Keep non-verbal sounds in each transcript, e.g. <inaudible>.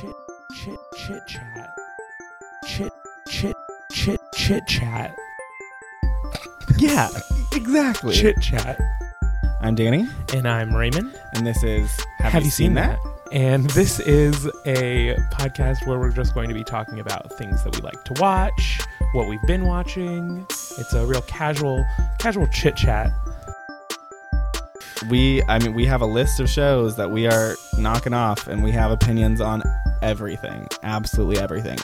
chit chit chat. Chit chit chit chit chat. Yeah, exactly. Chit chat. I'm Danny, And I'm Raymond. and this is Have, you, seen, that? And this is a podcast where we're just going to be talking about things that we like to watch, what we've been watching. It's a real casual, casual chit chat. We, I mean, we have a list of shows that we are knocking off, and we have opinions on everything, absolutely everything.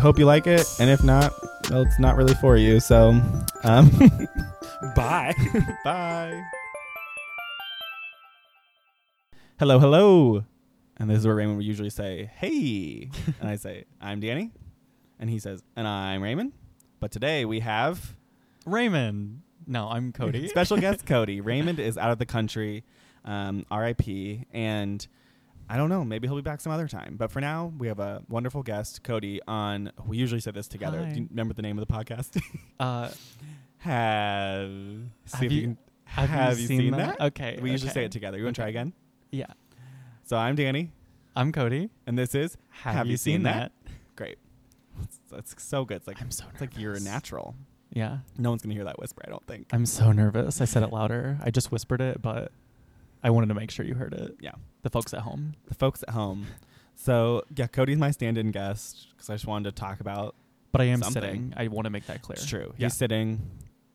Hope you like it, and if not, well, it's not really for you. So, um, <laughs> Bye. bye. Hello, hello, and this is where Raymond would usually say, "Hey," and I say, "I'm Danny," and he says, "And I'm Raymond." But today we have. Raymond. No, I'm Cody. <laughs> Special guest <laughs> Cody. Raymond is out of the country, um, RIP, and I don't know. Maybe he'll be back some other time. But for now, we have a wonderful guest, Cody. On we usually say this together. Hi. Do you remember the name of the podcast? Uh, have see Have if you- can- have, you seen, that? Okay. We usually say okay. it together. You want to try Okay. again? Yeah. So I'm Danny, I'm Cody. and this is Have, Have you, seen, that? great. That's, that's so good. It's like I'm so it's like you're a nervous. natural. Yeah. No one's gonna hear that whisper. I don't think. I'm so nervous. I said it louder. I just whispered it, but I wanted to make sure you heard it. Yeah. The folks at home. the folks at home. So yeah, Cody's my stand-in guest because I just wanted to talk about. But I am Something. sitting. I want to make that clear. It's true. Yeah. He's sitting.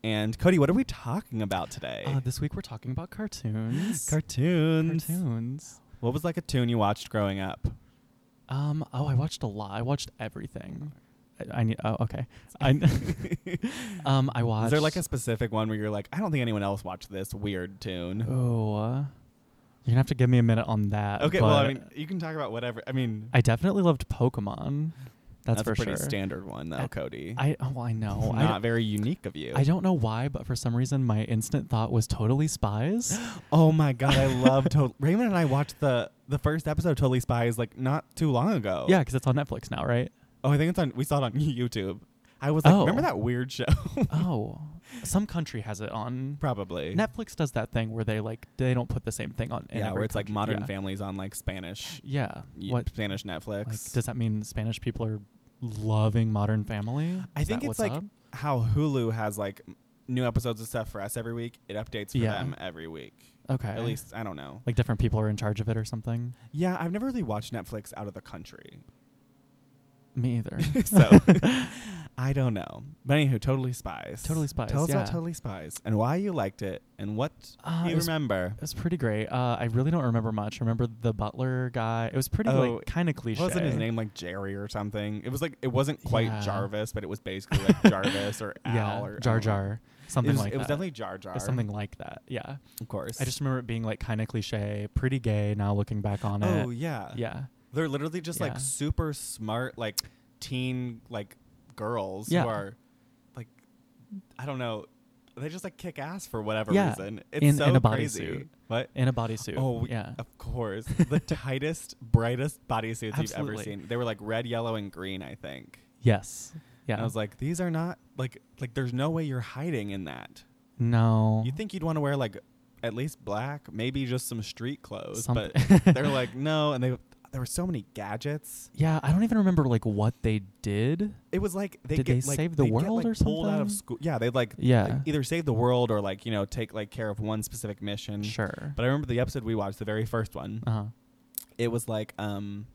And Cody, what are we talking about today? Uh, this week we're talking about cartoons. <gasps> cartoons. cartoons. What was like a tune you watched growing up? Um. Oh, I watched a lot. I watched everything. I, I need. Oh, <laughs> okay. I. <laughs> um. I watched. Is there like a specific one where you're like, I don't think anyone else watched this weird tune? Oh, uh, you're gonna have to give me a minute on that. okay, well, but I mean, you can talk about whatever. I mean, I definitely loved Pokemon. That's, a for pretty sure. standard one though, I- Cody. I oh, <laughs> I know. I, Not very unique of you. I don't know why, but for some reason, my instant thought was <gasps> totally spies. Oh my god, I <laughs> love Total Raymond and I watched the the first episode of Totally Spies like not too long ago. Yeah, because it's on Netflix <laughs> now, right? Oh, I think it's on. We saw it on <laughs> YouTube. I was like, Oh. remember that weird show? <laughs> oh, some country has it on. Probably. Netflix does that thing where they like they don't put the same thing on. in yeah, where every it's like country. Modern yeah. Families on like Spanish, Yeah. y- What? Spanish Netflix. Like, does that mean Spanish people are loving Modern Family? I Is think that it's what's like up? How Hulu has like m- new episodes of stuff for us every week. It updates for Yeah. them every week. okay. At least I don't know. like different people are in charge of it or something. Yeah, I've never really watched Netflix out of the country, <laughs> Me <laughs> either. <laughs> so I don't know. But anywho, Totally Spies. Totally Spies, Tell us about yeah. Totally Spies and why you liked it and what Uh, you it was- remember. It was pretty great. Uh, I really don't remember much. I remember the butler guy. It was pretty Oh, like kind of cliche. Wasn't his name like Jerry or something? It was like it wasn't quite Yeah. Jarvis, but it was basically like <laughs> Jarvis or Al Yeah, or I Jar don't know. Jar, something it was, like it was that. definitely Jar Jar. It was something like that. Yeah, of course. I just remember it being like kind of cliche, pretty gay. Now looking back on oh it, yeah, yeah, They're literally just Yeah. like super smart, like teen like girls Yeah. who are like I don't know. They just like kick ass for whatever Yeah, reason. It's in- so in a crazy. bodysuit. What? in a bodysuit. Oh yeah, of <laughs> course. The tightest, brightest bodysuits you've ever Absolutely. seen. They were like red, yellow, and green. I think. yes, yeah. And I was like, these are not like like there's no way you're hiding in that. no, You think you'd want to wear like at least black, maybe just some street clothes, Something- <laughs> but they're like no, and they there were so many gadgets. yeah, I don't even remember like what they did. It was like they Did get, they like, save the they get, like, world or Pulled out of something? school, yeah. They like Yeah. like, either save the world or like you know take like care of one specific mission. Sure. Mm. But I remember the episode we watched, the very first one. uh huh. It was like um,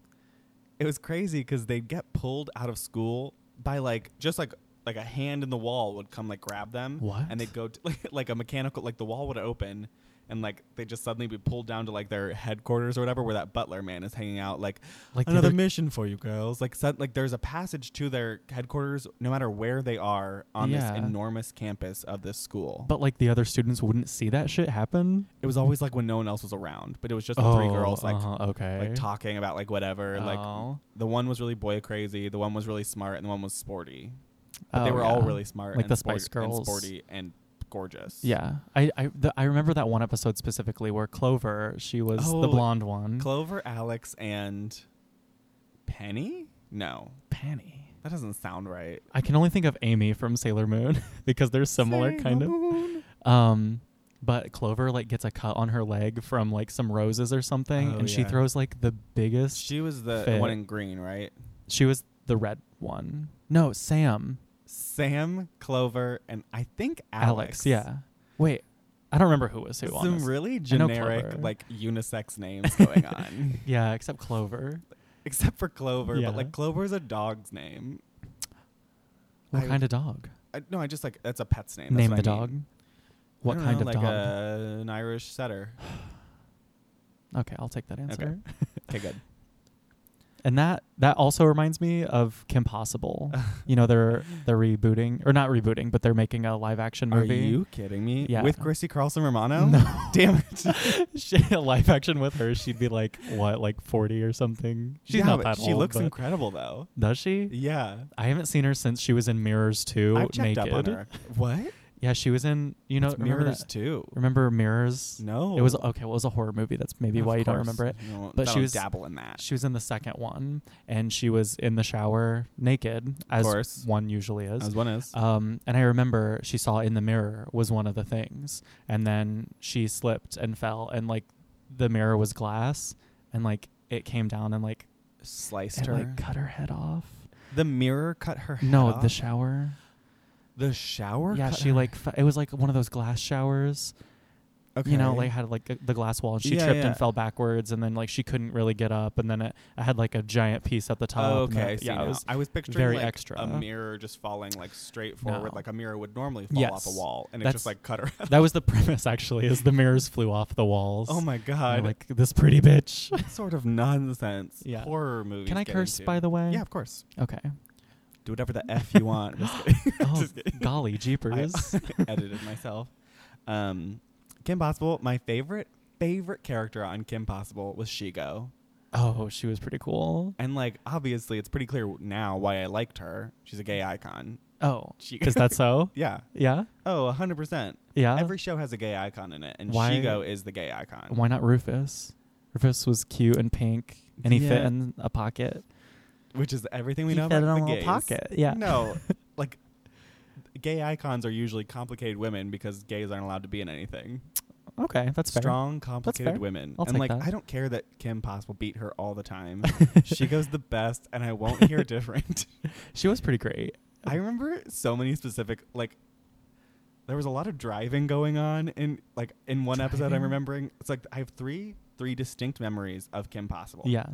it was crazy because they'd get pulled out of school by like just like like a hand in the wall would come like grab them What? and they'd go to, <laughs> like, like a mechanical like the wall would open and like they just suddenly be pulled down to like their headquarters or whatever where that butler man is hanging out like Like the another other- mission for you girls like sud like there's a passage to their headquarters no matter where they are on Yeah. this enormous campus of this school But like the other students wouldn't see that shit happen. it was always like when no one else was around but it was just the three Oh, girls like uh-huh, okay, like talking about like whatever like Oh. the one was really boy crazy the one was really smart and the one was sporty but they Oh, were all yeah. really smart Like and the Spice sport- and Girls. sporty and gorgeous Yeah, I I, the, I remember that one episode specifically where Clover, she was the Oh, blonde one. clover alex and penny no Penny. that doesn't sound right <laughs> I can only think of Amy from Sailor Moon because they're similar, kind of. Um, but Clover like gets a cut on her leg from like some roses or something, Oh, and she yeah. throws like the biggest. She, She was the Fit. one in green, right? was the red one. No, Sam, Sam, Clover, and I think Alex. Alex. Yeah. Wait, I don't remember who was who. Some honestly. really I know generic, Clover. like <laughs> unisex names going on. yeah, except Clover. Except for Clover, Yeah. but like Clover's a dog's name. What I- kind of dog? I, no, I just like that's a pet's name. That's Name the what I dog. mean. I What don't know, kind of like uh, dog? a- an Irish setter. okay, I'll take that answer. Okay, good. And that that also reminds me of Kim <laughs> Possible. you know, they're they're rebooting or not rebooting, but they're making a live action Are movie. <laughs> you kidding me? Yeah. With Chrissy Carlson Romano? No. <laughs> Damn it. <laughs> she, a live action with her, she'd be like what, like forty or something. She's Yeah, not but that old. She looks but- incredible though. does she? Yeah. I haven't seen her since she was in Mirrors Two. I checked naked. up on her. What? Yeah, she was in. You know, It's remember Mirrors that- too. Remember Mirrors? No. It was okay. Well, it was a horror movie. That's maybe Of why you don't course. remember it. No, But I she don't was- dabble in that. She was in the second one, and she was in the shower naked, as course. one usually is. As one is. Um, and I remember she saw in the mirror was one of the things, and then she slipped and fell, and like the mirror was glass, and like it came down and like Sliced it, her. like cut her head off. the mirror cut her head no, off? the shower. the shower. yeah, cut she her- like fe- it was like one of those glass showers. okay. You know, like had like a, the glass wall, and she Yeah, tripped yeah. and fell backwards, and then like she couldn't really get up, and then it, it had like a giant piece at the top. Oh, and then- okay. I see yeah, now. it was I was picturing very like extra. a mirror just falling like straight forward, No. like a mirror would normally fall off Yes. a wall, and it That's- just like <laughs> cut her. head that was the premise actually, is the mirrors flew off the walls. off. Oh my And I'm god! <laughs> Like this pretty bitch. What sort of nonsense Yeah. horror movie. Can I curse, by the way? Yeah, <laughs> of course. Okay. Do whatever the f you want. Just kidding. Oh, Just kidding. <laughs> golly jeepers. <laughs> I uh, edited myself. Um, Kim Possible. My favorite favorite character on Kim Possible was Shigo. <laughs> oh, she was pretty <laughs> cool. And like obviously it's pretty clear now why I liked her. She's a gay icon. Oh, She- is that so? <laughs> Yeah. Yeah, Oh, 100%. yeah. Every show has a gay icon in it and Why- Shigo is the gay icon. Why not Rufus? Rufus was cute and pink, and he fit Yeah. in a pocket. Which is everything we he know fit about the in a gays. little pocket. Yeah. <laughs> No. like gay icons are usually complicated women because gays aren't allowed to be in anything. Okay, that's fair. Strong, complicated fair. women. I'll and take like that. I don't care that Kim Possible beat her all the <laughs> time. she goes the best and I won't hear different. She was pretty great. I remember so many specific like there was a lot of driving going on in like in one episode I'm Driving? remembering it's like I have three three distinct memories of Kim Possible. Yeah.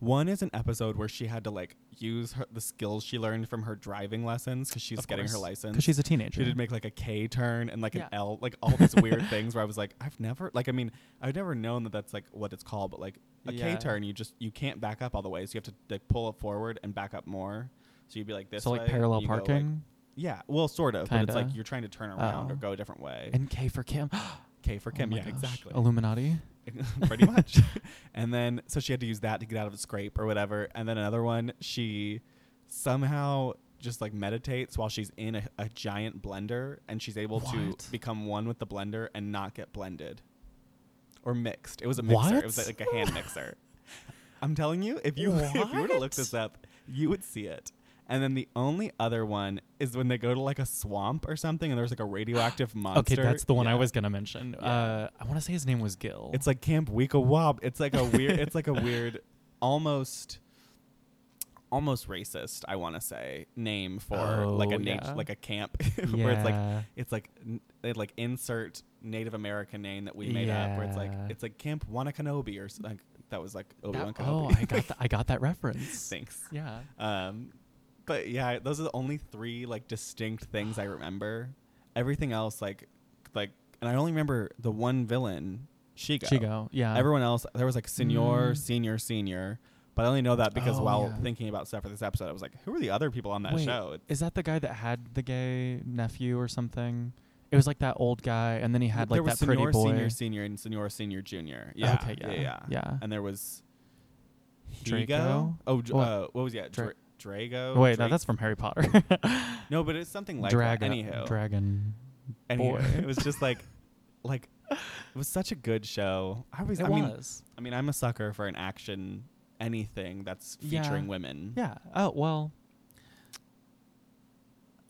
One is an episode where she had to like use her, the skills she learned from her driving lessons cuz she's Of getting her course. license. Because she's a teenager. she did make like a K turn and like Yeah. an L, like all these <laughs> weird things where I was like, I've never, like, I mean, I've never known that that's like what it's called, but like a K Yeah. turn, you just you can't back up all the way, so you have to like pull it forward and back up more. So you'd be like this, so like way, parallel you go, like, parking yeah, well, sort of, but it's Kinda. like you're trying to turn around or Oh. go a different way. and K for Kim. K <gasps> for Oh Kim, my yeah, gosh. exactly, Illuminati. <laughs> pretty much. and then so she had to use that to get out of a scrape or whatever. And then another one, she somehow just like meditates while she's in a, a giant blender, and she's able What? to become one with the blender and not get blended or mixed. It was a mixer. It was What? like a hand <laughs> mixer. I'm telling you, if you <laughs> if you were to look What? this up, you would see it. And then the only other one is when they go to like a swamp or something, and there's like a radioactive monster. <gasps> Okay, that's the one I Yeah. was gonna mention. Yeah. Uh, I want to say his name was Gil. It's like Camp Weka Wob. It's like a weird. it's <laughs> like a weird, almost, almost racist. I want to say name for like Oh, a nat- yeah. like a camp <laughs> where it's like Yeah. it's like n- they like insert Native American name that we made up where it's like Yeah. it's like Camp Wanakanobi or s- like that was like Obi Wan That- Kenobi. oh, I got th- I got that <laughs> reference. Thanks. Yeah. Um, but yeah, those are the only three like distinct things I remember. Everything else like like and I only remember the one villain Shigo. Chigo. Yeah. Everyone else, there was like senior, Mm. senior, senior. But I only know that because Oh, while yeah. thinking about stuff for this episode, I was like, who are the other people on that Wait, show? It's- Is that the guy that had the gay nephew or something? It was like that old guy, and then he had like there was that pretty senior, boy. senior, senior, and senior, senior, junior. Yeah, Okay, yeah, yeah, yeah. And there was Drago. Draco? Oh, dr- What? uh, what was that? Dra- Dra- Drago. Wait, no, Drake- that's from <laughs> Harry Potter. no, but it's something like Dragon. that. Anyhow, Dragon. anyhow, boy. it was just <laughs> like, like, it was such a good show. I was, It I mean, was. I mean, I'm a sucker for an action anything that's Yeah. oh, featuring women. Yeah. Oh well.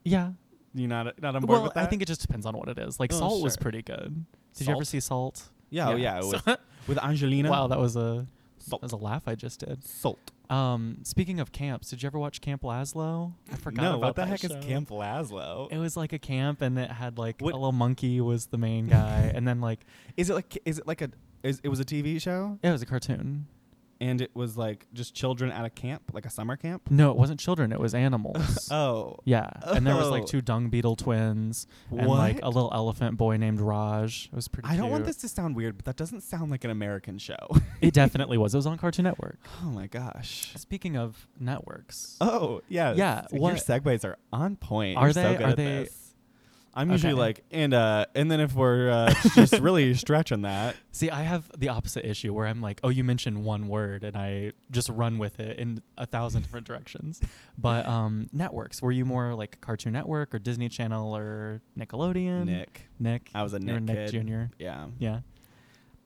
Yeah. you not not on board Well, with that? I think it just depends on what it is. Like Oh, Salt was sure. pretty good. Did you ever Salt? see Salt? yeah, oh, yeah, So- <laughs> with, with Angelina. wow, that was a that salt, was a laugh I just did. salt. Um, speaking of camps, did you ever watch Camp Laszlo? I forgot no, about what the that heck show. is Camp Laszlo? It was like a camp, and it had like What- a little monkey was the main <laughs> guy, and then like Is it like is it like a is it was a TV show it was a cartoon. and it was like just children at a camp, like a summer camp? No, it wasn't children. It was animals. <laughs> Oh, Yeah, and there was Oh. like two dung beetle twins and like a What? little elephant boy named Raj. It was pretty. I don't want cute. this to sound weird, but that doesn't sound like an American show. <laughs> It definitely was. It was on Cartoon Network. oh my gosh. Speaking of networks, Oh yeah, Yeah, Your what- segues are on point. Are You're so they- good are at they- this. I'm usually Okay. like, and uh, and then if we're uh, just <laughs> really stretching that, see, I have the opposite issue where I'm like, oh, you mentioned one word, and I just run with it in a thousand different directions. <laughs> But um, networks, were you more like Cartoon Network or Disney Channel or Nickelodeon? Nick, Nick. I was a You were Nick Nick kid. Junior. Yeah, Yeah.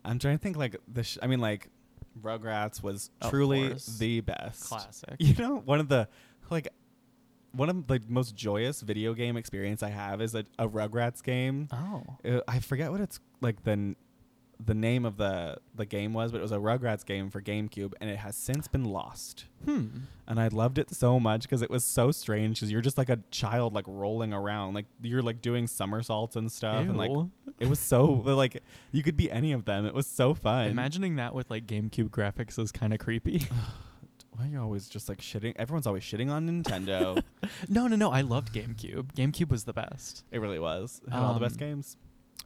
I'm trying to think like the. Sh- I mean, like Rugrats was Of truly course. the best. <laughs> Classic. <laughs> You know, one of the like one of the most joyous video game experience I have is a, a Rugrats game. Oh. Uh, I forget what it's like the n- the name of the the game was, but it was a Rugrats game for GameCube, and it has since been lost. Hmm. And I loved it so much because it was so strange. Because you're just like a child, like rolling around, like you're like doing somersaults and stuff, and like Ew. it was so <laughs> like you could be any of them. It was so fun. Imagining that with like GameCube graphics is kind of <laughs> creepy. Why are you always just like shitting? Everyone's always shitting on <laughs> Nintendo. no, no, no. I loved GameCube. GameCube was the best. it really was. It had all the best Um, games.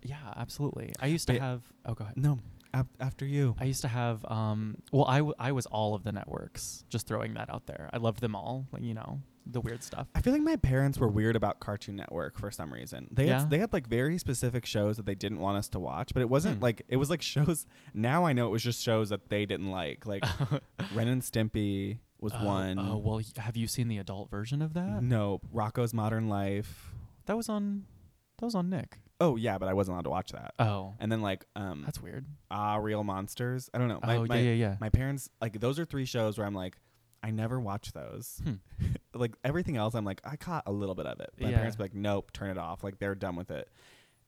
Yeah, absolutely. I used to But- have. Oh, go ahead. No, ab- after you. I used to have. Um. Well, I, w- I was all of the networks. Just throwing that out there. I loved them all. Like you know the weird stuff. I feel like my parents were weird about Cartoon Network for some reason. They Yeah? had, they had like very specific shows that they didn't want us to watch, but it wasn't Hmm. like it was like shows. Now I know it was just shows that they didn't like. <laughs> Like Ren and Stimpy was Oh, one. Mm-hmm. Oh well, y- have you seen the adult version of that? no, Rocco's Modern Life. That was on. That was on Nick. Oh yeah, but I wasn't allowed to watch that. Oh, and then like um that's weird. Ah Real Monsters. I don't know. My, oh my, yeah, yeah, yeah. my parents like those are three shows where I'm like I never watch those. Hmm. like everything else, I'm like I caught a little bit of it. My Yeah. parents were like, nope, turn it off. Like they're done with it.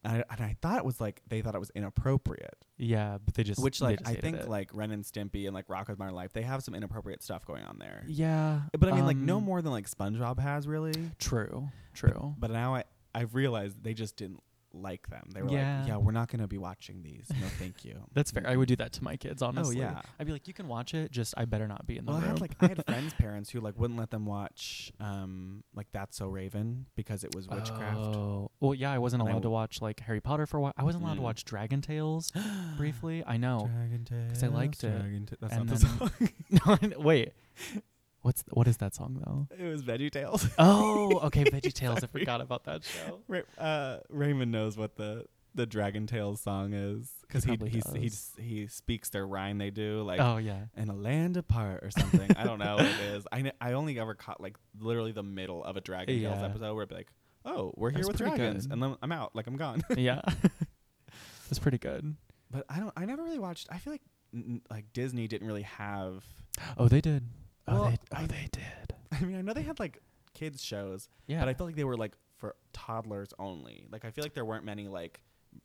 And I, and I thought it was like they thought it was inappropriate, yeah, but they just which they like just I hated think it. like Ren and Stimpy and like Rocko's Modern Life, they have some inappropriate stuff going on there. yeah. But I mean, like no um, more than like SpongeBob has really. True. True. But now I I've realized they just didn't like them. They were Yeah. like, yeah, we're not gonna be watching these. No, thank you. <laughs> That's fair. I would do that to my kids, honestly. Oh, yeah. I'd be like, you can watch it, just I better not be in the Well, I room. had like I had friends' parents who like wouldn't let them watch um like That's So Raven because it was witchcraft. Oh. Well, yeah, I wasn't And I allowed to w- watch like Harry Potter for a while. I wasn't allowed to Mm. watch Dragon Tales <gasps> <gasps> briefly. I know. Dragon Tales. Oh. I liked it. Dragon Ta- That's And not then- the song. <laughs> <laughs> No, I- Wait. What's what is that song though? it was Veggie Tales. <laughs> <laughs> Oh, okay, <laughs> Veggie Tales. I forgot about that show. Ra- uh, Raymond knows what the the Dragon Tales song is because He he probably he, he does. he speaks their rhyme they do like oh yeah. <laughs> in a land apart or something. I don't know what it is. I kn- I only ever caught like literally the middle of a Dragon Tales Yeah. episode where it'd be like, oh, we're here That's with pretty dragons, good. and then I'm out, like I'm gone. <laughs> Yeah. It's pretty good. But I don't. I never really watched. I feel like n- n- like Disney didn't really have. <laughs> Oh, they did. Oh, Well, they, oh, I- they did. I mean, I know they had like kids shows, Yeah. but I felt like they were like for toddlers only. Like I feel like there weren't many like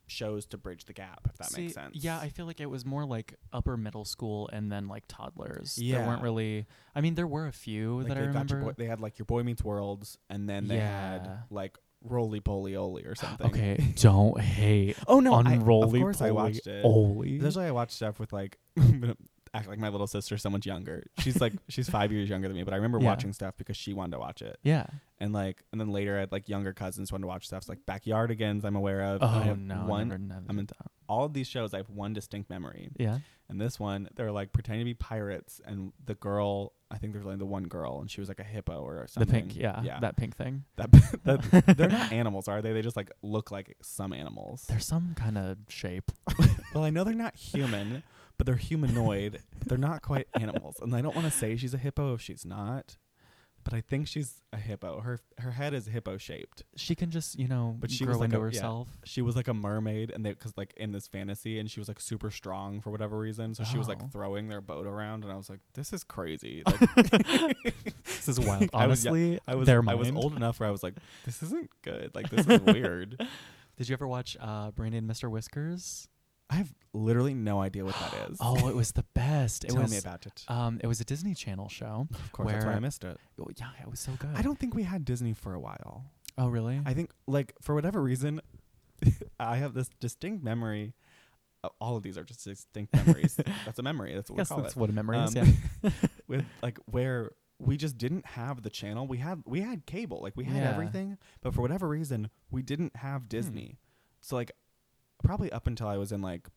shows to bridge the gap. If that See, makes sense. Yeah, I feel like it was more like upper middle school and then like toddlers. There weren't Yeah. really I mean there were a few like that I they've got remember. your boy, they had like your Boy Meets Worlds, and then they Yeah. had like Roly Poly Oly or something. <laughs> okay, don't hate Oh no, I, of unroly course I poly watched it. oly. Usually I watch stuff with like <laughs> I'm gonna act like my little sister, someone's younger. She's like she's five years younger than me, but I remember Yeah. watching stuff because she wanted to watch it. Yeah. and like and then later I had like younger cousins wanted to watch stuff so, like Backyardigans I'm aware of. Oh, I have one I'm in- all of these shows I have one distinct memory. yeah. And this one they're like pretending to be pirates and the girl I think there's only the one girl and she was like a hippo or The something. pink, yeah, Yeah. that pink thing. That, that- they're <laughs> not animals, are they? They just like look like some animals. There's some kind of shape. well, I know they're not human, but they're humanoid. but they're not quite animals. And I don't want to say she's a hippo if she's not. but I think she's a hippo. Her her head is hippo shaped. She can just, you know, But she grow was like into a- yeah. <laughs> herself. She was like a mermaid, and they because like in this fantasy, and she was like super strong for whatever reason. So she was Oh. like throwing their boat around, and I was like, this is <laughs> crazy. Like, This <laughs> is wild. I was- yeah, Honestly, I was their I was mind. old enough where I was like, this isn't good. Like this is weird. <laughs> Did you ever watch uh, Brandy and Mr. Whiskers? I have literally no idea what that is. <gasps> Oh, it was the best. It Tell was me about it. um, it was a Disney Channel show. of course, that's why I where- missed it. Oh, yeah, it was so good. I don't think we had Disney for a while. Oh, really? I think, like, for whatever reason, <laughs> I have this distinct memory. uh, All of these are just distinct <laughs> memories. that's a memory. That's what guess we call that's it. what a memory is. Um, <laughs> Yeah. With like where we just didn't have the channel. We had we had cable. Like we had Yeah. Hmm. everything, but for whatever reason, we didn't have Disney. So like, probably up until I was in like,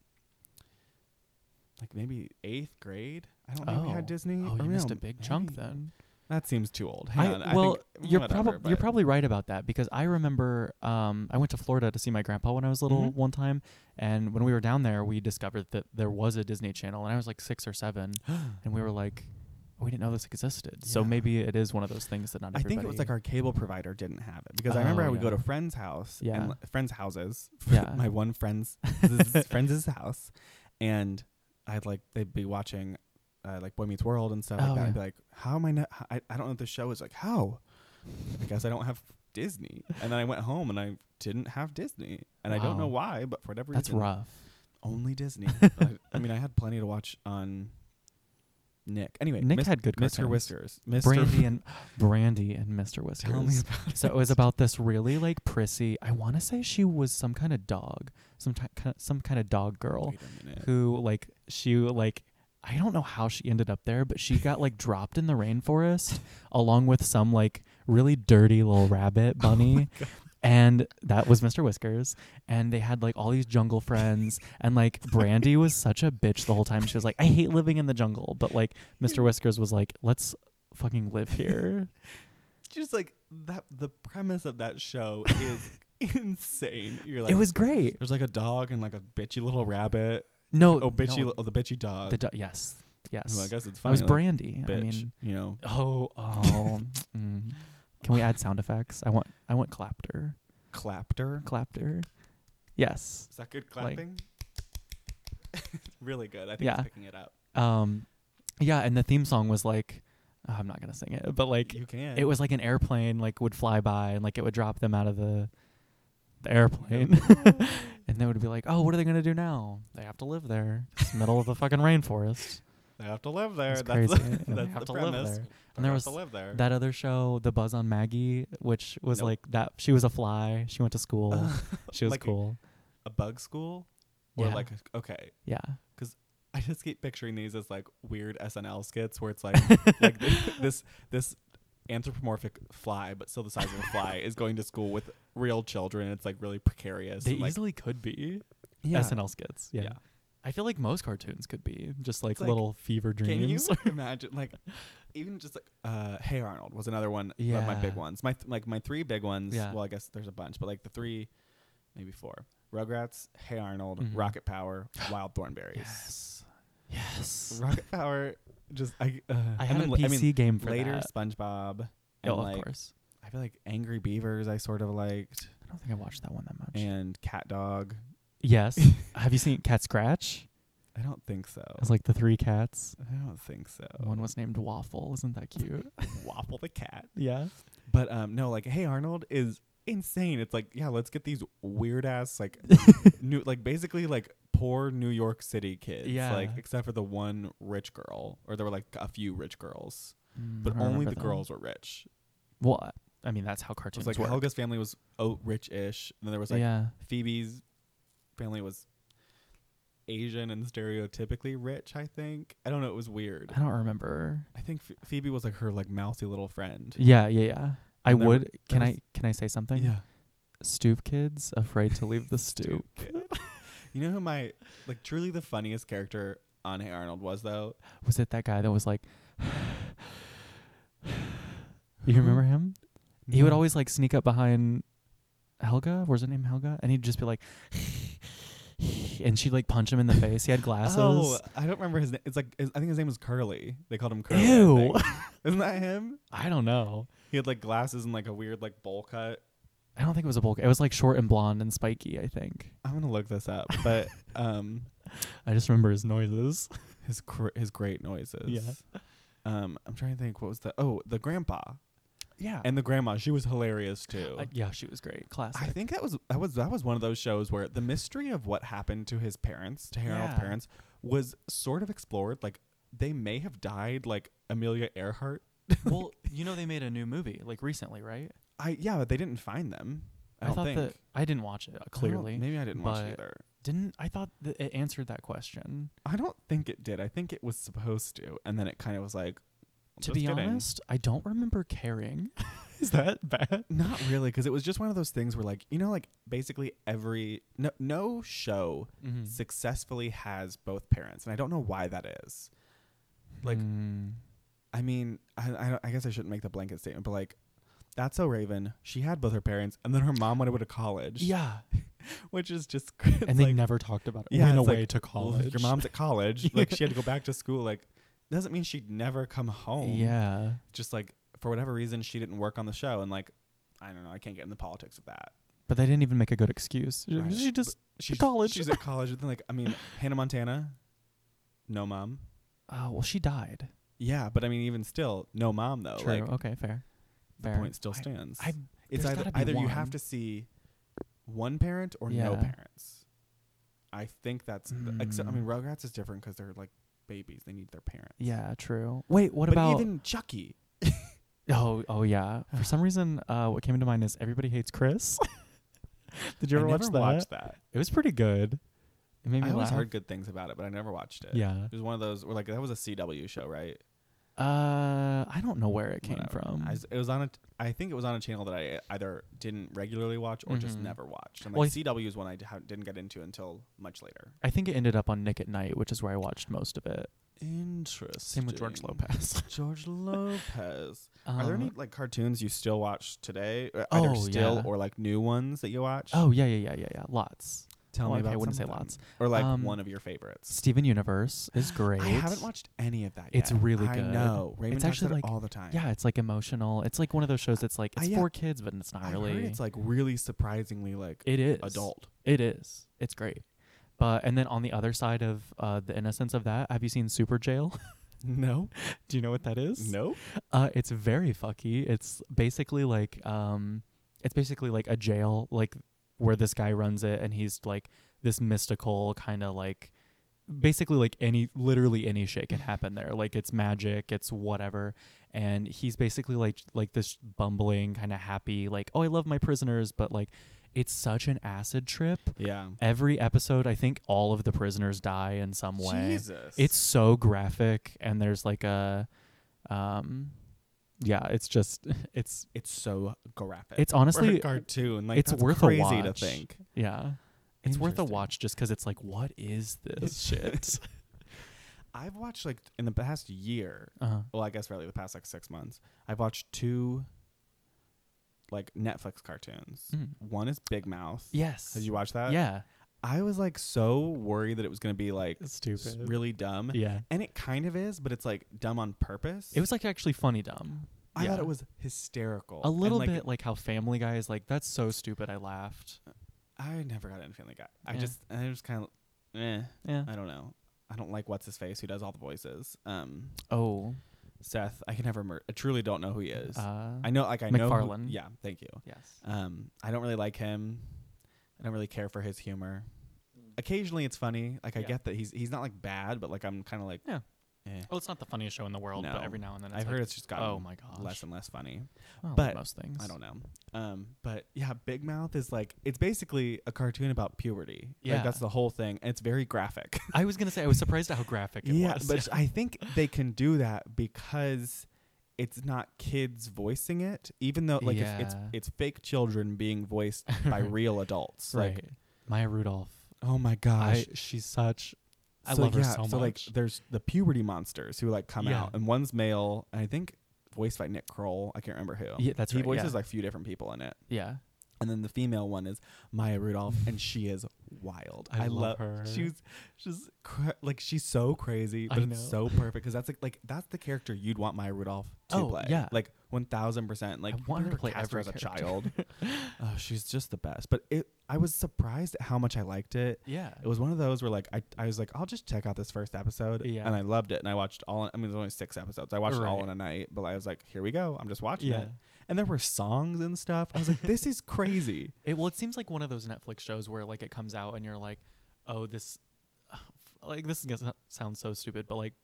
like maybe eighth grade. I don't think we had Disney. Oh, or you missed no, a big chunk maybe- then. That seems too old. Hang on. I, I well, think- you're whatever, probably <gasps> <gasps> you're but- probably right about that because I remember um, I went to Florida to see my grandpa when I was little Mhm. one time, and when we were down there, we discovered that there was a Disney Channel, and I was like six or seven, and we were like, "Oh, we didn't know this existed. So Yeah. maybe it is one of those things that not I think it was like everybody- our cable provider didn't have it because I remember Oh, I would go yeah. to friends' house Yeah. and li- friends' houses, <laughs> Yeah. my one friend's <laughs> <laughs> friends' house, and I'd like they'd be watching uh, like Boy Meets World and stuff Oh, like that. yeah. I'd be like, how am I not? h- I, I don't know what the show is like. How? I guess I don't have Disney. And then I went home and I didn't have Disney, and I don't know why, but for whatever that's reason, rough. only <laughs> Disney. I, I mean, I had plenty to watch on Nick. Anyway, Nick Mis- had good Mr. cartoons. Whiskers, Mr. <laughs> Brandy and Brandy and Mr. Whiskers. Tell me about so it was about this really like prissy. I want to say she was some kind of dog, some ti- ki- some kind of dog girl Wait a minute. who like she like I don't know how she ended up there, but she got like dropped in the rainforest along with some like really dirty little rabbit <laughs> Oh bunny. and that was Mr. Whiskers. And they had like all these jungle friends. And like Brandy was such a bitch the whole time. She was like, I hate living in the jungle. But like Mr. Whiskers was like, let's fucking <laughs> live here. just like that the premise of that <laughs> show is insane you're like it was great. there's like a dog and like a bitchy little rabbit No. oh bitchy no, li- oh the bitchy dog the do- yes. Yes. well, i guess it's I funny was like, Brandy. bitch I mean, you know Oh, oh. mm. Can we add sound effects? I want, I want clapter, clapter clapter. Yes. is that good Like- clapping <laughs> really good i think Yeah. it's picking it up Um, yeah. And the theme song was like, oh, I'm not gonna sing it, but like, you can it was like an airplane like would fly by and like it would drop them out of the, the airplane, <laughs> and they would be like, oh, what are they gonna do now? They have to live there. It's the middle of the <laughs> fucking rainforest. they have to live there It's that's crazy. the, and <laughs> they that's have the to live premise there. They And there have was to live there <laughs> That other show, The Buzz on Maggie, which was Nope. like that. She was a fly. She went to school. <laughs> she was like a- cool. a bug school or Yeah. like a- okay Yeah. <laughs> I just keep picturing these as like weird SNL skits where it's <laughs> like like this, this this anthropomorphic fly, but still the size of a fly, is going to school with real children. It's like really precarious. They and, like, easily could be yeah. SNL skits. Yeah. Yeah. I feel like most cartoons could be just like It's like, little fever Can you dreams. <laughs> imagine like even just like uh Hey Arnold was another one of my Yeah. big ones. My th- like my three big ones. Yeah. Well, I guess there's a bunch, but like the three, maybe four. Rugrats, Hey Arnold, Mhm. Rocket Power, Wild Thornberries. yes. Yes. Rocket Power just I uh, I and had a then PC la- I mean, game for later that. SpongeBob. Oh, and, of like, course. I feel like Angry Beavers I sort of liked, I don't think I watched that one that much. and Cat Dog. <laughs> yes. <laughs> Have you seen Cat Scratch? I don't think so. It was like the three cats. I don't think so. One was named Waffle. Isn't that cute? <laughs> Waffle the cat. <laughs> yeah. But um, no, like Hey Arnold is insane. It's like yeah, let's get these weird ass <laughs> like new like basically like poor New York City kids. Yeah. Like except for the one rich girl, or there were like a few rich girls, Mm, I but don't only remember the that. girls were rich. Well, I mean, that's how It was cartoons like work. Helga's family was oh rich-ish. And then there was like yeah. Phoebe's family was Asian and stereotypically rich, I think. I don't know, it was weird. I don't remember. I think Ph- Phoebe was like her like mouthy little friend. Yeah, yeah, yeah. I And there- would. Can was- I can I say something? Stoop kids afraid to leave the <laughs> stoop. <laughs> you know who my like truly the funniest character on Hey Arnold was though? Was it that guy that was like? <sighs> you remember him? He would No. always like sneak up behind Helga. Was her name Helga? And he'd just be like, <sighs> and she'd like punch him in the face. He had glasses. Oh, I don't remember his name. It's like his, I think his name was Curly. They called him Curly. I Ew. think. <laughs> Isn't that him? I don't know. He had like glasses and like a weird like bowl cut. I don't think it was a bowl. cut. It was like short and blonde and spiky. I think. I'm gonna look this up, but um, I just remember his noises. his cr- his great noises. Yeah. <laughs> Um, I'm trying to think. What was the? Oh, the grandpa <laughs> Yeah. and the grandma. She was hilarious too. Uh, yeah, she was great. Classic. I think that was that was that was one of those shows where the mystery of what happened to his parents, to Harold's Yeah. parents, was sort of explored. Like they may have died, like Amelia Earhart. well, you know they made a new movie like recently, right? I yeah, but they didn't find them. I, don't thought think. that I didn't watch it I uh, don't- clearly. maybe I didn't watch but- it either. Didn't I thought that it answered that question? I don't think it did. I think it was supposed to, and then it kind of was like. to just be kidding. honest, I don't remember caring. <laughs> Is that bad? not really, because it was just one of those things where like you know, like basically every no no show Mm-hmm. successfully has both parents, and I don't know why that is. Like Mm. I mean, I, I, don't- I guess I shouldn't make the blanket statement, but like, that's so Raven. She had both her parents, and then her mom went away to college. <laughs> yeah, which is just <laughs> and they never talked about it. Yeah, Went it's away like, to college. Your mom's at <laughs> college. Like she had to go back to school. Like doesn't mean she'd never come home. Yeah, just like for whatever reason she didn't work on the show, and like I don't know. I can't get in the politics of that. but they didn't even make a good excuse. She- Right. She just She's college. She's at college. Then like I <laughs> mean, Hannah Montana, no mom. oh well, she died. Yeah, but I mean, even still, no mom though. True. Oh, Like okay, fair. the Fair. point still I- stands. I It's There's either, gotta be either you have one. to see one parent or no Yeah. Hmm. parents. I think that's the, except I mean Rugrats is different because they're like babies; they need their parents. yeah, true. Wait, what but about? even Chucky? oh, oh yeah. <sighs> For some reason, uh, what came to mind is everybody hates Chris. <laughs> Did you I ever watch never that? watched that. It was pretty good. It made me I always laugh. heard good things about it, but I never watched it. Yeah. it was one of those where like that was a CW show, right? Uh, I don't know where it came Whatever. from. I, was- it was on a. I think it was on a channel that I uh, either didn't regularly watch or just Mhm. never watched. And like Well, I- CW is one I d- ha- didn't get into until much later. I think it ended up on Nick at Night, which is where I watched most of it. Interesting. Same with George Lopez. George Lopez. <laughs> Um, Are there any like cartoons you still watch today? Uh, Either Oh, still yeah. or like new ones that you watch? Oh yeah, yeah, yeah, yeah, yeah. Lots. tell well, me okay, about I wouldn't some of say them. lots. Or like Um, one of your favorites. Steven Universe is great. <gasps> I haven't watched any of that. It's yet. really I good. know. Raymond It's talks actually, about it like- all the time. Yeah, it's like emotional. It's like one of those shows that's like Uh, it's yeah. for kids, but it's not I really. heard it's like really surprisingly like it is adult. It is. It's great. But and then on the other side of uh, the innocence of that, have you seen Super Jail? <laughs> No, Do you know what that is? no. Uh, it's very fucky. It's basically like um, it's basically like a jail, like where this guy runs it, and he's like this mystical kind of like, basically like any, literally any shit can happen there. Like it's magic, it's whatever, and he's basically like like this bumbling kind of happy, like oh I love my prisoners, but like it's such an acid trip. Yeah. Every episode, I think all of the prisoners die in some way. Jesus. It's so graphic, and there's like a, um, yeah, it's just <laughs> it's it's so graphic. it's For a honestly cartoon. Like it's that's worth a crazy to watch. think. yeah, it's worth a Interesting. watch just because it's like what is this <laughs> shit? I've watched like in the past year. uh, Well, I guess really the past like six months. I've watched two like Netflix cartoons. mm. One is Big Mouth. Yes. Did you watch that? yeah. I was like so worried that it was going to be like It's s- stupid. really dumb. Yeah. And it kind of is, but it's like dumb on purpose. It was like actually funny dumb. I yeah. thought it was hysterical. a And, little like, bit like how Family Guy is like that's so stupid. I laughed. I never got into Family Guy. I Yeah. just, I just kind of, eh, Yeah. I don't know. I don't like what's his face who does all the voices. Um, Oh. Seth. I can never. Mer- I truly don't know who he is. Uh, I know, like I know. who- MacFarlane. yeah. Thank you. yes. Um, I don't really like him. I don't really care for his humor. Occasionally, it's funny. Like I Yeah. get that he's he's not like bad, but like I'm kind of like Yeah. eh. Oh, it's not the funniest show in the world, No. but every now and then it's I've like, heard it's just gotten oh my gosh, less and less funny. Well, but like most things. I don't know. Um, but yeah, Big Mouth is like it's basically a cartoon about puberty. Yeah. like, that's the whole thing, and it's very graphic. I was gonna say I was surprised at how graphic it yeah, was. <laughs> but I think they can do that because it's not kids voicing it, even though like it's, Yeah. it's it's fake children being voiced <laughs> by real adults. right. Like, Maya Rudolph. oh my gosh, I she's such I So, love her yeah, so, So like much. there's the puberty monsters who like come Yeah. out and one's male and I think voiced by Nick Kroll. I can't remember who. Yeah, that's he right, voices yeah. like a few different people in it. yeah. <laughs> And then the female one is Maya Rudolph and she is wild. I I, love love her. She's she's cra- like she's so crazy, I but know. it's so perfect because that's like like that's the character you'd want Maya Rudolph to Oh, play. yeah. like one thousand percent. Like I want her whoever to play cast her as every a character. <laughs> child. oh, she's just the best. But it, I was surprised at how much I liked it. Yeah. It was one of those where like I, I was like I'll just check out this first episode Yeah. and I loved it and I watched all I mean there's only six episodes I watched it all Right. in a night but I was like here we go I'm just watching Yeah. it and there were songs and stuff I was like this is crazy It well, it seems like one of those Netflix shows where like it comes out and you're like, oh, this, <sighs> like this is gonna sound so stupid, but like,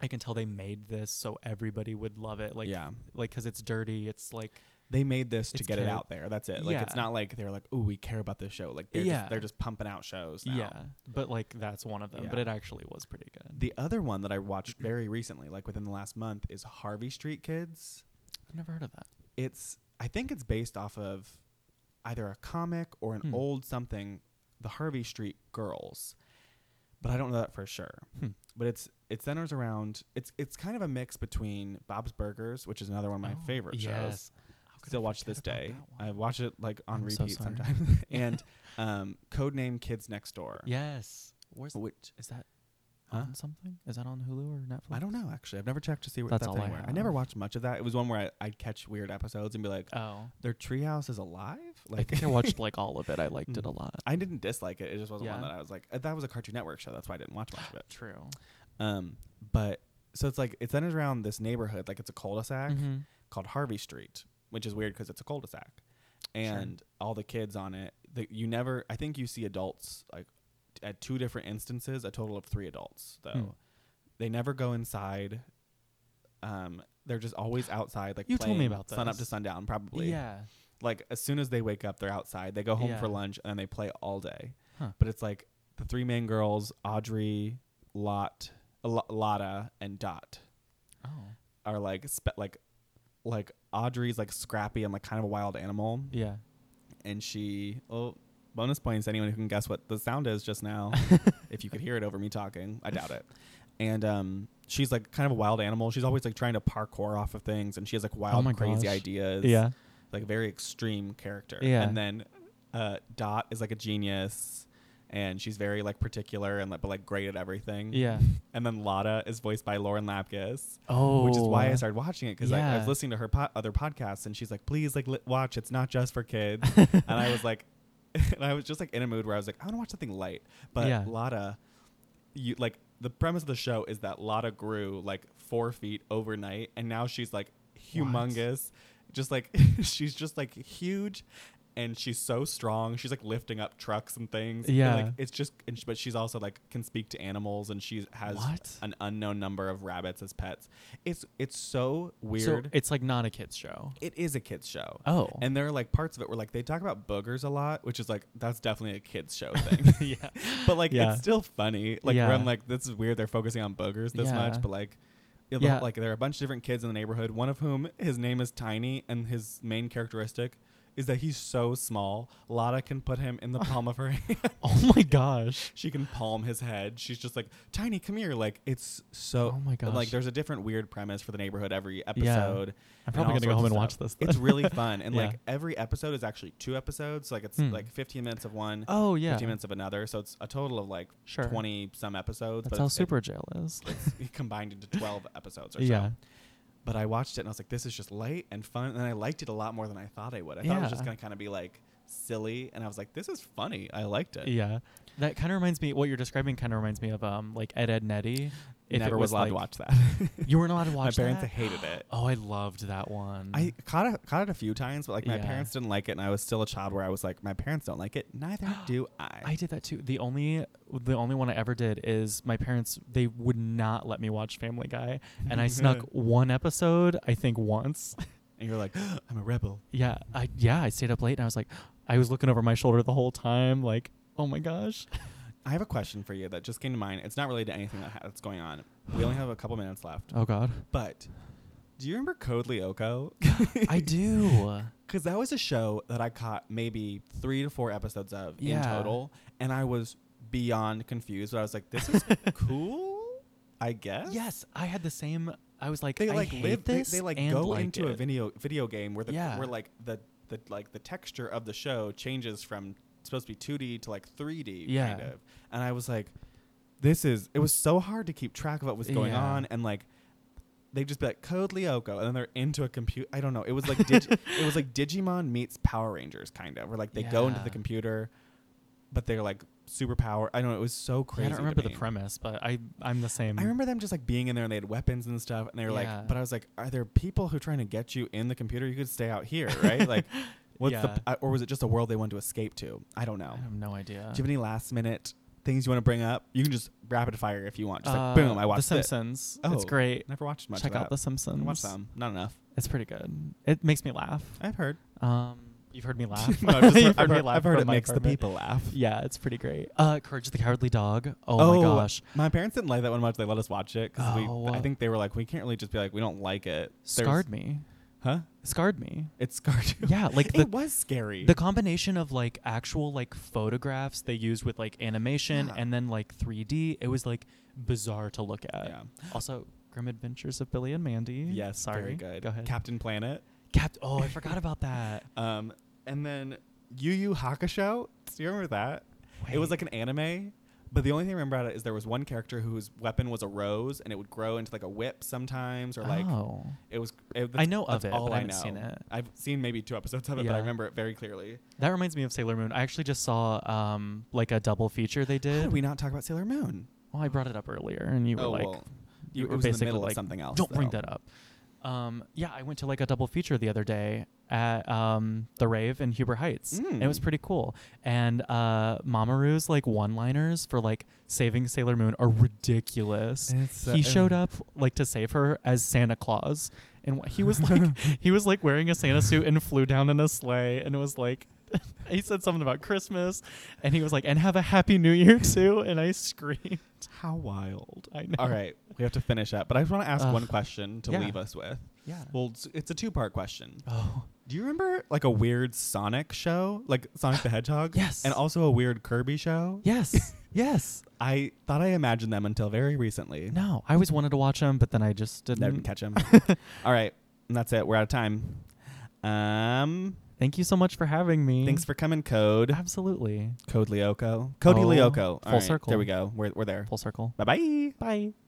I can tell they made this so everybody would love it. <laughs> Like, Yeah. like because it's dirty. It's like they made this to It's get it cute. out there that's it like it's Yeah. not like they're like oh we care about this show like they're Yeah. just, they're just pumping out shows now. yeah, but like that's one of them. But Yeah. it actually was pretty good. the other one that I watched very recently like within the last month is Harvey Street Kids I've never heard of that. it's I think it's based off of either a comic or an Hmm. old something, the Harvey Street Girls, but I don't know that for sure. Hmm. But it's it centers around it's it's kind of a mix between Bob's Burgers, which is another one of my Oh, favorite shows. yes. How could I Still watch forget this about day. that one? I watch it like on I'm so repeat sorry. <laughs> sometimes. <laughs> and um, Codename Kids Next Door. yes. Where's Which is that? Huh? On something? Is that on Hulu or Netflix? I don't know actually. I've never checked to see what That's that's, all I anywhere. I, have. never watched much of that. It was one where I, I'd catch weird episodes and be like, Oh, "Their treehouse is alive." Like I think <laughs> I watched like all of it. <laughs> I liked it a Mm. lot. I didn't dislike it. It just wasn't one Yeah. that I was like, uh, that was a Cartoon Network show. That's why I didn't watch much of it. True. Um, but so it's like it centers around this neighborhood, like it's a cul-de-sac Mhm. called Harvey Street, which is weird because it's a cul-de-sac, and all the kids on it. That you never, I think you see adults like t- at two different instances, a total of three adults though. Hmm. They never go inside. Um, they're just always outside, like You told me playing about sun up to this. sundown, probably Yeah. like as soon as they wake up, they're outside. They go home for Yeah. lunch and then they play all day. Huh. But it's like the three main girls, Audrey, Lot, L- Lotta, and Dot, Oh. are like spe- like like Audrey's like scrappy and like kind of a wild animal, Yeah. and she oh bonus points anyone who can guess what the sound is just <laughs> now if you could hear it over me talking i doubt it and um she's like kind of a wild animal she's always like trying to parkour off of things and she has like wild Oh my crazy gosh. ideas Yeah. like a very extreme character. Yeah. And then uh, Dot is like a genius and she's very like particular and like but like great at everything. Yeah. And then Lotta is voiced by Lauren Lapkus. Oh. Which is why I started watching it because I, Yeah. was listening to her po- other podcasts and she's like, please like li- watch, it's not just for <laughs> kids. and I was like, <laughs> and I was just like in a mood where I was like, I want to watch something light. But Yeah. Lotta, you like the premise of the show is that Lotta grew like four feet overnight and now she's like humongous, just like <laughs> she's just like huge. And she's so strong. She's like lifting up trucks and things. And, Yeah. like, it's just, and sh- but she's also like can speak to animals, and she has What? an unknown number of rabbits as pets. It's it's so weird. So it's like not a kids show. it is a kids show. <laughs> Oh. And there are like parts of it where like they talk about boogers a lot, which is like that's definitely a kids show <laughs> thing. yeah. but like Yeah. it's still funny. Like Yeah. where I'm like, this is weird. They're focusing on boogers this Yeah. much, but like. you know, Yeah. Like there are a bunch of different kids in the neighborhood. One of whom his name is Tiny, and his main characteristic is that he's so small. Lotta can put him in the palm <laughs> of her hand. Oh my gosh. She can palm his head. She's just like, Tiny, come here. Like, it's so. Oh my gosh. Like, there's a different weird premise for the neighborhood every episode. I'm probably all gonna go sorts home of and watch stuff. this, then. It's really fun. And, Yeah. like, every episode is actually two episodes. Like, it's Hmm. like 15 minutes of one, <laughs> Oh yeah. 15 minutes of another. So it's a total of like Sure. 20 some episodes. That's but how it's- it- Super Jail is. it's <laughs> combined into 12 episodes or Yeah. so. But I watched it and I was like, this is just light and fun. And I liked it a lot more than I thought I would. I thought it was just Yeah. going to kind of be like silly. And I was like, this is funny. I liked it. Yeah. That kind of reminds me. What you're describing kind of reminds me of um like Ed Ed Netty. If Never it was, allowed like- to watch that. <laughs> You weren't allowed to watch. <laughs> my parents that? hated <gasps> it. Oh, I loved that one. I caught it, caught it a few times, but like my Yeah. parents didn't like it, and I was still a child where I was like, my parents don't like it, <gasps> neither do I. I did that too. The only the only one I ever did is my parents they would not let me watch Family Guy and I snuck one episode, I think once. and you're like, I'm a rebel. Yeah, I yeah, I stayed up late and I was like I was looking over my shoulder the whole time like, "Oh my gosh." I have a question for you that just came to mind. It's not related to anything that ha- that's going on. We only have a couple minutes left, Oh god. but do you remember Code Lyoko? <laughs> <laughs> I do. Because that was a show that I caught maybe three to four episodes of in Yeah. total, and I was beyond confused. But I was like, this is cool, I guess. Yes, I had the same I was like they I like hate live they, this they like and go like into a it. video video game where the Yeah. where like the the like the texture of the show changes from supposed to be 2D to like 3D Yeah. kind of. And I was like, this is it was so hard to keep track of what was going Yeah. on and like they just be like code Lyoko, and then they're into a compute. I don't know. It was like <laughs> dig- it was like Digimon meets Power Rangers, kind of. Where like they go into Yeah. the computer, but they're like superpower. I don't know. It was so Yeah, crazy. I to don't remember the me. premise, but I I'm the same. I remember them just like being in there and they had weapons and stuff, and they were Mm. Yeah. like, but I was like, are there people who are trying to get you in the computer? You could stay out here, right? <laughs> like, what's Yeah. the, uh, or was it just a world they wanted to escape to? I don't know. I have no idea. Do you have any last minute things you want to bring up? You can just rapid fire if you want. Just Uh, like, boom, I watched The it. Simpsons. Oh, it's great. Never watched much Check of that. out The Simpsons. Watch some. Not enough. It's pretty good. It makes me laugh. I've heard. Um, you've heard me <laughs> laugh. <laughs> No, I've, just You've heard, I've me heard- laugh I've heard from it my makes the apartment. people laugh. Yeah, it's pretty great. Uh, Courage the Cowardly Dog. <laughs> Oh, my gosh. My parents didn't like that one much. They let us watch it because Oh. we. I think they were like, we can't really just be like, we don't like it. There's- Scarred me. huh? <laughs> Scarred me. It scarred you. Yeah, like the it was scary. the combination of like actual like photographs they used with like animation Yeah. and then like 3D, it was like bizarre to look at. Yeah. Also, Grim Adventures of Billy and Mandy. yes, sorry. very good. Go ahead. Captain Planet. Cap- oh, I forgot <laughs> about that. Um, and then Yu Yu Hakusho. Do you remember that? It was Wait. like an anime, but the only thing I remember about it is there was one character whose weapon was a rose, and it would grow into like a whip sometimes, or like oh. it was. It, I know of that's it, All but I I, know. haven't seen it. I've seen maybe two episodes of it, but I Yeah. remember it very clearly. That reminds me of Sailor Moon. I actually just saw um like a double <gasps> feature they How did. did we not talk about Sailor Moon? Oh, well, I brought it up earlier and you were like you you it were was in the basically middle of like, something else. Don't bring though. that up. Um, yeah, I went to like a double feature the other day at um, the rave in Huber Heights. Mm. It was pretty cool. And uh, Mamaru's like one-liners for like saving Sailor Moon are ridiculous. It's, uh, he showed up like to save her as Santa Claus, and wh- he was <laughs> like he was like wearing a Santa suit and flew down in a sleigh, and it was like. <laughs> He said something about Christmas, and he was like, "And have a happy New Year too." And I screamed. How wild! I know. <laughs> All right, we have to finish up, but I just want to ask Ugh. one question to Yeah. leave us with. <laughs> Yeah. Well, it's, it's a two-part question. <laughs> oh. Do you remember like a weird Sonic show, like Sonic the Hedgehog? Uh, Yes. And also a weird Kirby show? <laughs> Yes. yes. I thought I imagined them until very recently. No, I always wanted to watch them, but then I just didn't. Never didn't catch <laughs> them. All right, and that's it. We're out of time. Um, Thank you so much for having me. thanks for coming, Code. absolutely Code Lyoko. Cody Oh, Lyoko. full All right, circle. There we go. We're, we're there. full circle. Bye bye. Bye.